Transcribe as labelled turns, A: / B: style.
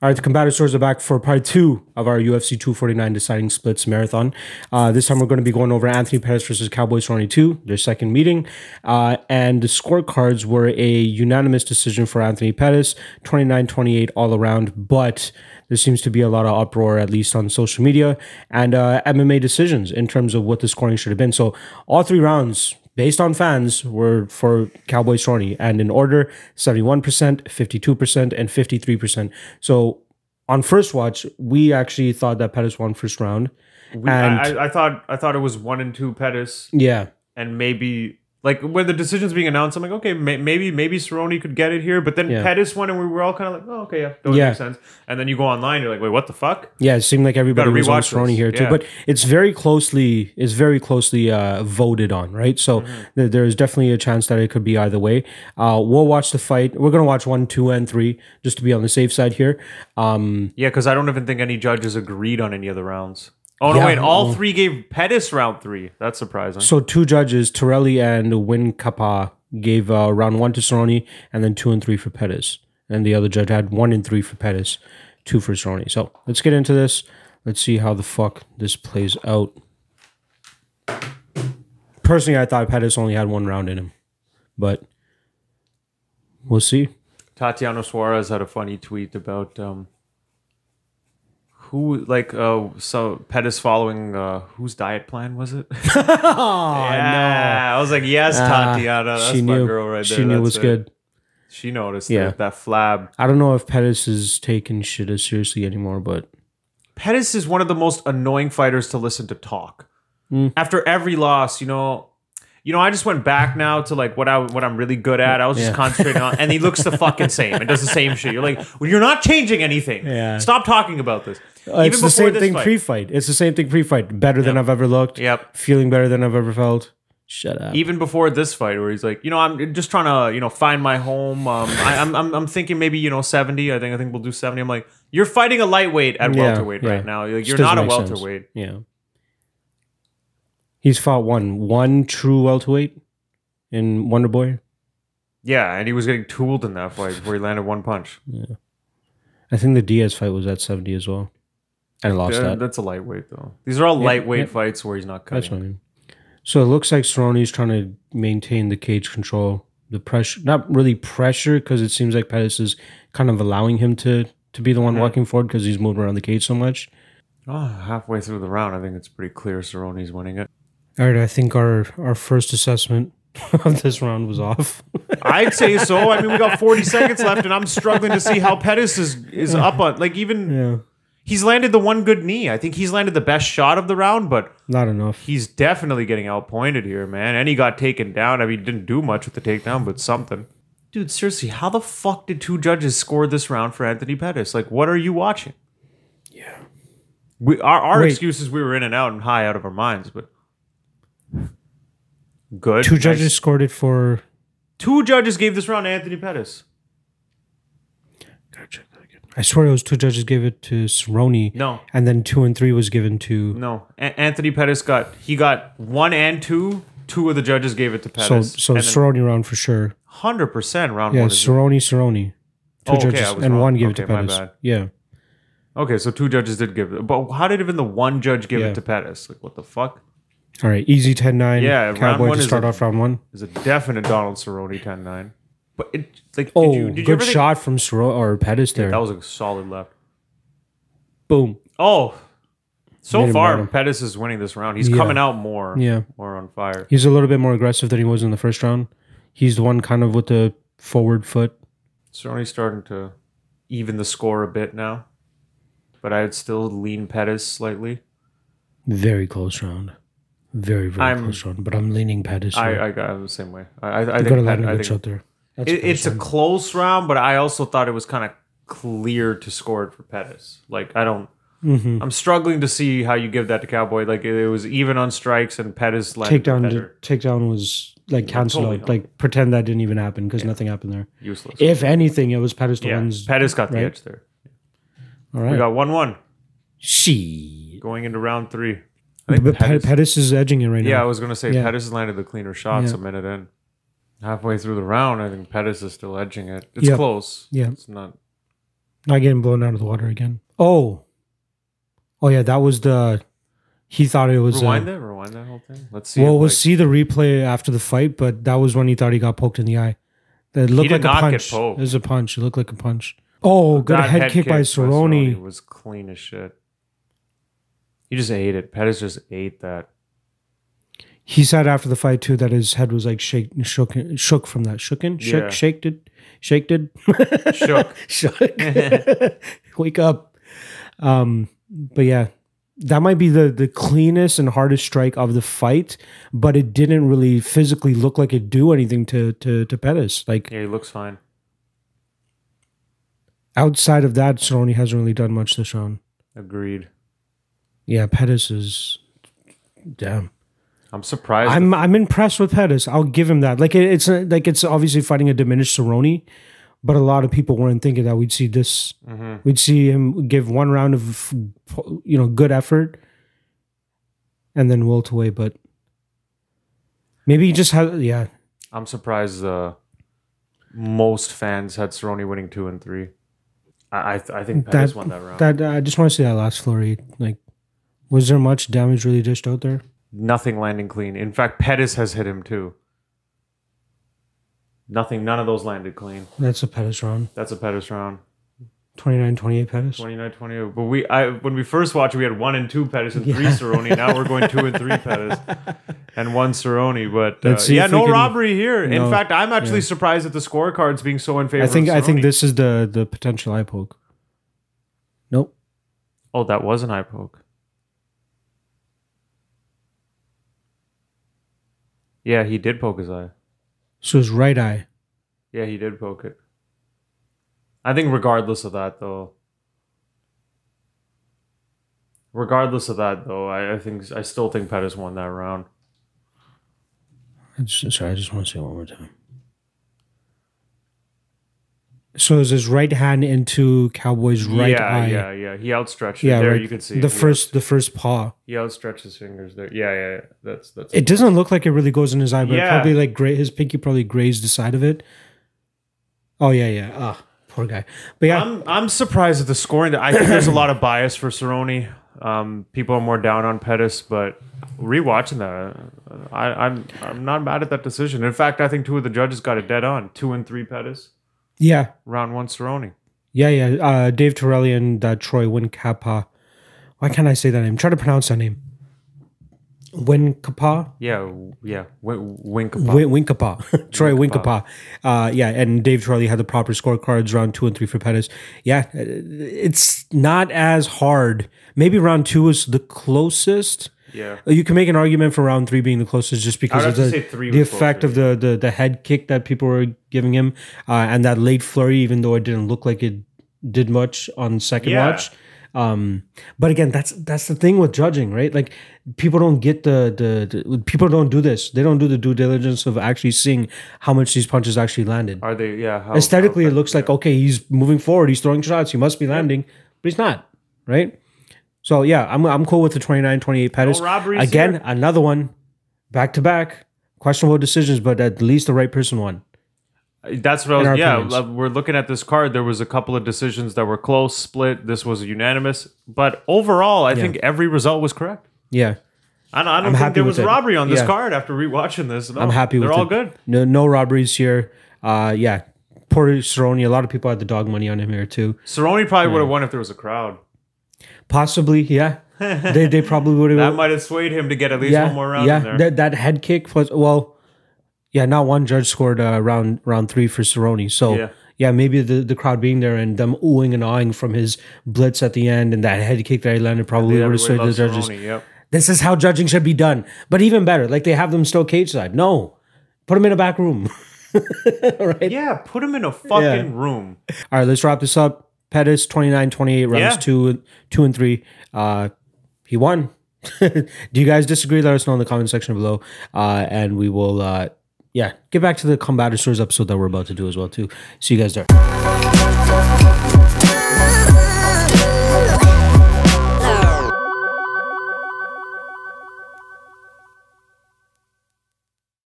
A: All right, the combative swords are back for part two of our UFC 249 deciding splits marathon. Uh, this time we're going to be going over Anthony Pettis versus Cowboy Cerrone 2, their second meeting. Uh, and the scorecards were a unanimous decision for Anthony Pettis, 29 28 all around. But there seems to be a lot of uproar, at least on social media, and uh, MMA decisions in terms of what the scoring should have been. So all three rounds, based on fans were for Cowboy Cerrone and in order 71%, 52% and 53%. So on first watch, we actually thought that Pettis won first round.
B: We,
A: And-
B: I, I- I thought I thought it was one and two Pettis,
A: Yeah.
B: and maybe like when the decision's being announced, I'm like, okay, may, maybe maybe Cerrone could get it here, but then
A: Yeah.
B: Pettis won, and we were all kind of like, oh, okay, yeah, that would
A: Yeah.
B: make sense. And then you go online, you're like, wait, what the fuck?
A: Yeah, it seemed like everybody
B: Gotta
A: was on
B: rewatch
A: Cerrone
B: this.
A: here too,
B: Yeah.
A: but it's very closely it's very closely uh, voted on, right? So
B: Mm-hmm.
A: th- there is definitely a chance that it could be either way. Uh, we'll watch the fight. We're gonna watch one, two, and three just to be on the safe side here. Um,
B: Yeah, because I don't even think any judges agreed on any of the rounds. Oh no,
A: Yeah.
B: wait, all three gave Pettis round three. That's surprising.
A: So two judges, Torelli and Wincapa, gave uh, round one to Cerrone and then two and three for Pettis. And the other judge had one and three for Pettis, two for Cerrone. So let's get into this. Let's see how the fuck this plays out. Personally, I thought Pettis only had one round in him, but we'll see.
B: Tatiana Suarez had a funny tweet about um, who like uh, so Pettis following uh, whose diet plan was it? yeah, I was like, yes, Tatiana, that's
A: Ah, she
B: my
A: knew.
B: girl right there.
A: she knew it
B: That's
A: was good.
B: She noticed
A: Yeah.
B: yeah. that, that flab.
A: I don't know if Pettis is taking shit as seriously anymore, but
B: Pettis is one of the most annoying fighters to listen to talk.
A: Mm.
B: After every loss, you know, you know, I just went back now to like what I what I'm really good at. I was just
A: Yeah.
B: concentrating on, and he looks the fucking same and does the same shit. You're like, well, you're not changing anything.
A: Yeah.
B: Stop talking about this.
A: Uh, it's the same thing
B: fight.
A: pre-fight. It's the same thing pre-fight. Better than I've ever looked.
B: Yep.
A: Feeling better than I've ever felt. Shut up.
B: even before this fight where he's like you know i'm just trying to you know find my home um I, I'm, I'm i'm thinking maybe you know 70 i think i think we'll do 70 i'm like you're fighting a lightweight at
A: Yeah,
B: welterweight
A: yeah.
B: right now like,
A: Just
B: you're not a
A: doesn't make sense.
B: welterweight
A: Yeah. He's fought one, one true welterweight in Wonder Boy.
B: yeah and he was getting tooled in that fight where he landed one punch
A: I think the Diaz fight was at seventy as well. I lost
B: Yeah,
A: that.
B: that's a lightweight though these are all lightweight fights where he's not
A: That's
B: cutting
A: what I mean. So it looks like Cerrone's trying to maintain the cage control, the pressure, not really pressure, because it seems like Pettis is kind of allowing him to to be the one walking forward because he's moving around the cage so much.
B: oh, halfway through the round i think it's pretty clear Cerrone's winning it
A: All right, I think our our first assessment of this round was off.
B: i'd say so i mean we got 40 seconds left and i'm struggling to see how pettis is is up on like even
A: yeah,
B: he's landed the one good knee i think he's landed the best shot of the round but
A: not enough.
B: he's definitely getting outpointed here, man. And he got taken down. I mean, he didn't do much with the takedown, but something. Dude, seriously, how the fuck did two judges score this round for Anthony Pettis? Like, what are you watching? Yeah. We our our
A: Wait.
B: excuses we were in and out and high out of our minds, but good.
A: Two
B: Nice.
A: judges scored it for.
B: Two judges gave this round to Anthony Pettis.
A: I swear it was two judges gave it to Cerrone.
B: No.
A: and then two and three was given to.
B: No, A- Anthony Pettis got he got one and two. Two of the judges gave it to
A: So
B: Pettis.
A: so Cerrone round for sure.
B: hundred percent round
A: Yeah,
B: one. is-
A: Cerrone Cerrone. Two
B: Oh, okay,
A: judges
B: I was
A: and
B: wrong.
A: one gave it to
B: Okay, my
A: Pettis.
B: bad.
A: Yeah,
B: Okay, so two judges did give it. But how did even the one judge give
A: Yeah.
B: it to Pettis? Like, what the fuck?
A: all right, easy 10-9.
B: Yeah, round
A: Cowboy
B: one
A: to
B: is
A: start
B: a-
A: off round one.
B: Is a definite Donald Cerrone 10 9. But it, like,
A: Oh,
B: did you, did you
A: good
B: ever think-
A: shot from Cerrone or Pettis there.
B: that was a solid left.
A: Boom.
B: Oh, so
A: Made him
B: far,
A: bottom.
B: Pettis is winning this round. He's
A: Yeah.
B: coming out more.
A: Yeah.
B: More on fire.
A: He's a little bit more aggressive than he was in the first round. He's the one kind of with the forward foot.
B: Cerrone's starting to even the score a bit now. But I'd still lean Pettis slightly.
A: Very close round. Very, very
B: I'm-
A: close round. But I'm leaning Pettis.
B: I,
A: here.
B: I got it the same way. I, I, I
A: you got to
B: think,
A: let
B: Pettis,
A: him
B: I
A: get
B: think
A: shot there. That's
B: It, it's a
A: close
B: close round, but I also thought it was kind of clear to score it for Pettis. Like I don't,
A: round. Mhm.
B: I'm struggling to see how you give that to Cowboy. Like it, it was even on strikes, and Pettis landed
A: Takedown.
B: better.
A: Takedown was like cancel
B: totally
A: out.
B: not.
A: Like pretend that didn't even happen because nothing happened there.
B: useless.
A: If anything, it was Pettis the
B: yeah,
A: ones.
B: Pettis got the
A: right?
B: edge there.
A: All
B: We
A: right.
B: got one one
A: she.
B: going into round three. I think
A: But Pettis.
B: Pettis-
A: Pettis is edging it right
B: Yeah, I
A: now.
B: was gonna say
A: Yeah.
B: Pettis landed the cleaner shots
A: Yeah.
B: a minute in. Halfway through the round, I think Pettis is still edging it. It's
A: Yeah.
B: close.
A: Yeah.
B: it's not.
A: Not getting blown out of the water again. Oh, oh yeah, that was the. He thought it was.
B: Rewind
A: uh,
B: that. Rewind that whole thing. Let's see.
A: well,
B: if,
A: we'll
B: like-
A: see the replay after the fight, but that was when he thought he got poked in the eye. That looked like
B: did
A: a
B: not get
A: punch.
B: poked.
A: It was a punch. It looked like a punch. Oh, good
B: That
A: head, kick, by Cerrone.
B: was clean as shit. He just ate it. Pettis just ate that.
A: He said after the fight too that his head was like shake, shook, shook from that shooken, shook,
B: Yeah.
A: shaked it, shaked it.
B: Shook.
A: shook. Wake up. Um, but yeah, that might be the the cleanest and hardest strike of the fight, but it didn't really physically look like it do anything to to to Pettis. Like
B: yeah, he looks fine.
A: outside of that, Cerrone hasn't really done much this round.
B: Agreed.
A: Yeah, Pettis is damn.
B: I'm surprised.
A: I'm I'm impressed with Pettis. I'll give him that. Like it, it's a- like it's obviously fighting a diminished Cerrone, but a lot of people weren't thinking that we'd see this.
B: Mhm.
A: We'd see him give one round of you know good effort, and then wilt away. But maybe he just had yeah.
B: I'm surprised uh, most fans had Cerrone winning two and three. I I, th- I think Pettis
A: That-
B: won that round.
A: That I just want to see that last flurry. Like, was there much damage really dished out there?
B: Nothing landing clean. In fact, Pettis has hit him too. Nothing. None of those landed clean.
A: That's a Pettis round.
B: That's a Pettis round.
A: 29-28 Pettis.
B: 29 20. But we, I, when we first watched, we had one and two Pettis and three
A: Yeah.
B: Cerrone. Now we're going two and three Pettis and one Cerrone. But uh,
A: Let's see
B: yeah,
A: if we
B: no
A: can-
B: robbery here.
A: No.
B: In fact, I'm actually surprised at the scorecards being so in favor.
A: I think
B: Of
A: I think
B: Cerrone.
A: this is the the potential eye poke. Nope.
B: Oh, that was an eye poke. Yeah, he did poke his eye.
A: So his right eye.
B: Yeah, he did poke it. I think regardless of that though. Regardless of that though, I, I think I still think Pettis won that round.
A: I just- sorry, I just want to say it one more time. So is his right hand into Cowboy's right
B: yeah,
A: eye?
B: yeah, yeah. He outstretched
A: Yeah,
B: it. There
A: right.
B: you can see
A: the
B: it. He
A: first the first paw.
B: out- He outstretched his fingers there. Yeah, yeah, yeah. That's that's
A: It doesn't look like it really goes in his eye, but it
B: Yeah.
A: probably like gra- his pinky probably grazed the side of it. Oh yeah, yeah. Ah, poor guy. But yeah,
B: I'm I'm surprised at the scoring. I think there's a lot of bias for Cerrone. Um, people are more down on Pettis, but rewatching that, I, I'm I'm not mad at that decision. In fact, I think two of the judges got it dead on. Two and three Pettis,
A: yeah,
B: round one Cerrone.
A: yeah, yeah. Uh, Dave Torelli and uh, Troy Wincapa. Why can't I say that name? Try to pronounce that name. Wincapa.
B: Yeah, w- yeah. W- wink.
A: Win- Winkapa, Troy Winkapa. Uh, yeah, and Dave Charlie had the proper scorecards round two and three for Pettis. Yeah, uh, it's not as hard. Maybe round two was the closest.
B: Yeah.
A: You can make an argument for round three being the closest just because
B: I'd
A: of
B: have
A: the,
B: to say three
A: the
B: was
A: effect of the, the, the head kick that people were giving him uh, and that late flurry, even though it didn't look like it did much on second
B: Yeah.
A: watch. Um, but again, that's that's the thing with judging, right? Like people don't get the, the the people don't do this. They don't do the due diligence of actually seeing how much these punches actually landed.
B: Are they? Yeah. How,
A: Aesthetically,
B: how
A: it looks like okay, he's moving forward, he's throwing shots, he must be landing, but he's not, right? So yeah, I'm I'm cool with the 29, 28 Pettis.
B: No robberies
A: Again,
B: here.
A: another one, back to back, questionable decisions, but at least the right person won.
B: That's what
A: In
B: I
A: our
B: was. Yeah,
A: opinions.
B: uh, we're looking at this card. There was a couple of decisions that were close, split. This was unanimous, but overall, I think every result was correct.
A: Yeah,
B: I don't, I don't
A: happy
B: think there
A: with
B: was
A: it.
B: robbery on this
A: Yeah.
B: card after rewatching this. No,
A: I'm happy with
B: Oh, They're all
A: it.
B: good.
A: No, no robberies here. Uh, yeah, poor Cerrone. A lot of people had the dog money on him here too.
B: Cerrone probably would have won if there was a crowd.
A: Possibly, yeah. they they probably would
B: That
A: have.
B: might have swayed him to get at least
A: Yeah,
B: one more round
A: yeah.
B: in there.
A: That that head kick plus well, yeah. Not one judge scored uh, round round three for Cerrone. So yeah,
B: Yeah.
A: maybe the the crowd being there and them oohing and ahhing from his blitz at the end and that head kick that he landed probably would have
B: Everybody
A: swayed the
B: loves
A: judges.
B: Cerrone, yep.
A: This is how judging should be done. But even better, like they have them still cage side. No, put them in a back room. right.
B: Yeah, put him in a fucking room.
A: All right, let's wrap this up. Pettis 29 28 rounds
B: Yeah.
A: 2 2 and 3. Uh he won. Do you guys disagree? Let us know in the comment section below. Uh and we will uh yeah, get back to the Combatosaurs episode that we're about to do as well too. See you guys there.